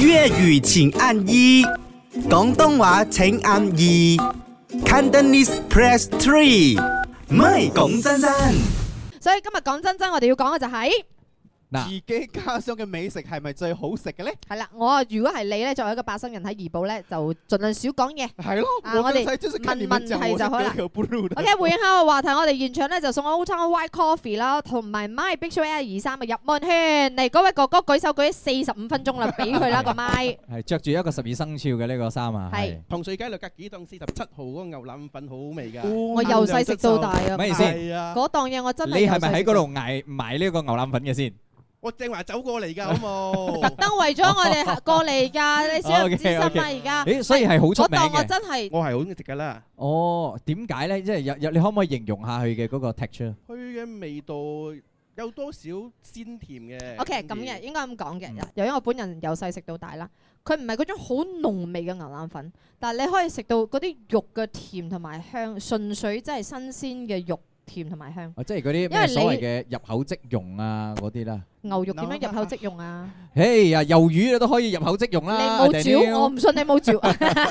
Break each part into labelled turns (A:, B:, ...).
A: 粤语请按一，广东话请按二，Cantonese press three。唔係講真真，
B: 所以今日講真真，我哋要講嘅就係、
C: 嗱
D: 自己家鄉嘅美食係咪最好食嘅咧？
B: 係啦，我啊，如果係你咧，作為一個八生人喺怡保咧，就盡量少講嘢。
D: 係咯，
B: 啊我
D: 剛
B: 哋
D: 才就是看你
B: 問
D: 們講
B: 問題
D: 我
B: 就好啦
D: 覺得可不入的
B: OK，回應下個話題，我哋現場咧就送 Old Town White Coffee 啦，同埋 My Big Show 一二三嘅入門圈。嚟，嗰位哥哥舉手舉咗四十五分鐘啦，俾佢啦個 麥。
C: 係着住一個十二生肖嘅呢個衫啊，
B: 係
C: 係
E: 糖水雞六格幾檔四十七號嗰個牛腩粉好好味㗎，
D: 我
B: 我由細食到大啊，
C: 咪先
D: 係啊，
B: 嗰檔嘢我真係
C: 你
B: 由細食到
C: 係咪喺嗰度挨埋呢個牛腩粉嘅先？
E: 我正話走過嚟㗎，好 冇？
B: 特登為咗我哋過嚟㗎？你小人之心啦，而家
C: 咦，所以係好出
B: 嗰
C: 名
B: 檔啊我
C: 嘅。
B: 真係
E: 我係好中意食㗎啦，
C: 哦，點解咧？即係有有，你可唔可以形容下佢嘅嗰個 texture？
E: 佢嘅味道有多少鮮甜嘅
B: OK 咁嘅，應該咁講嘅
C: 嗯。
B: 由於我本人由細食到大啦，佢唔係嗰種好濃味嘅牛腩粉，但係你可以食到嗰啲肉嘅甜同埋香，純粹即係新鮮嘅肉甜同埋香。
C: 哦，即係嗰啲
B: 因為
C: 咩
B: 你
C: 所謂嘅入口即溶啊，嗰啲啦。
B: 牛肉點樣入口即用啊？
C: 哎呀，魷魚你都可以入口即溶
B: 你
C: 啦。
B: 冇嚼，
C: 啊 Daniel
B: 我唔信你冇 嚼。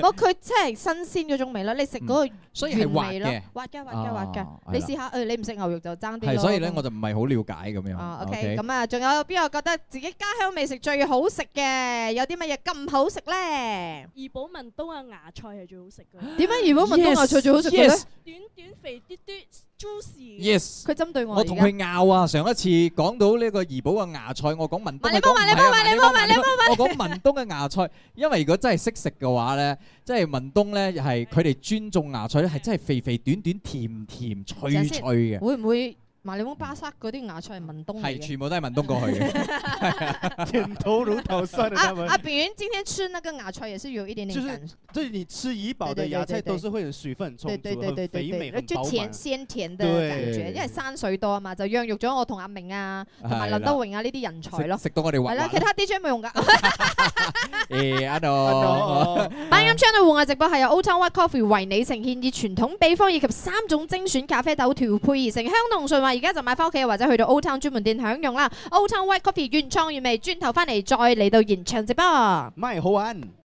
B: 冇佢即係新鮮嗰種味咯，你食嗰個
C: 嗯所以係
B: 原
C: 滑
B: 味咯
C: 嘅。，
B: 滑嘅滑嘅滑嘅。
C: 哦
B: 你
C: 係啦
B: 試下，誒你唔食牛肉就爭啲
C: 係，
B: 咯。
C: 所以咧我就唔嗯係好了解咁樣。
B: 啊，OK，咁啊，仲有邊個覺得自己家鄉美食最好食嘅？有啲乜嘢咁好食咧？
F: 怡寶文都嘅芽菜係最好食嘅，
B: 點解怡寶文東芽菜最好食嘅咧？
F: 短短肥嘟嘟 juicy 嘅。
C: Yes，
B: 佢針對我
C: 我
B: 而
C: 同
B: 家。
C: 佢拗啊！上一次講到呢個怡寶嘅芽菜，我講文東，
B: 埋你
C: 佢講
B: 煲埋你煲
C: 唔係啊
B: 埋你煲埋你
C: 煲，我講文東嘅芽菜，因為如果真係識食嘅話咧，即係文東咧係佢哋尊重芽菜咧，係真係肥肥短短、甜甜脆
B: 陣
C: 脆
B: 先
C: 嘅，
B: 會唔會麻檸檬巴塞嗰啲芽菜係文東嚟
C: 係
B: 嘅？
C: 全部都係文東過去嘅。
D: 甜頭乳頭酸的他
B: 阿
D: 們
B: 阿，炳啊今天吃那個芽菜也是有一點點感，
D: 就是你吃怡寶的芽菜都是會很水分很充
B: 對對
D: 足、
B: 對對
D: 很
B: 對
D: 肥美、
B: 對，
D: 很
B: 就
D: 飽滿
B: 甜。鮮甜的感覺，
C: 對
B: 因為山水多啊嘛，就養育咗我同阿明啊，同埋
C: 係啦
B: 林德榮啊呢啲人才咯
C: 食。食到我哋
B: 係
C: 滑
B: 啦，其他
C: 滑。
B: DJ 冇用㗎。
C: 誒，阿度，
D: 哦，
B: 百音 channel 户外直播係由 Old Town White Coffee 為你呈現，以傳統秘方以及三種精選咖啡豆調配而成，香濃順滑。而家就買翻屋企，或者去到 Old Town 專門店享用啦。Old Town White Coffee 原創原味，轉頭翻嚟再嚟到現場直播。
D: 賣好玩。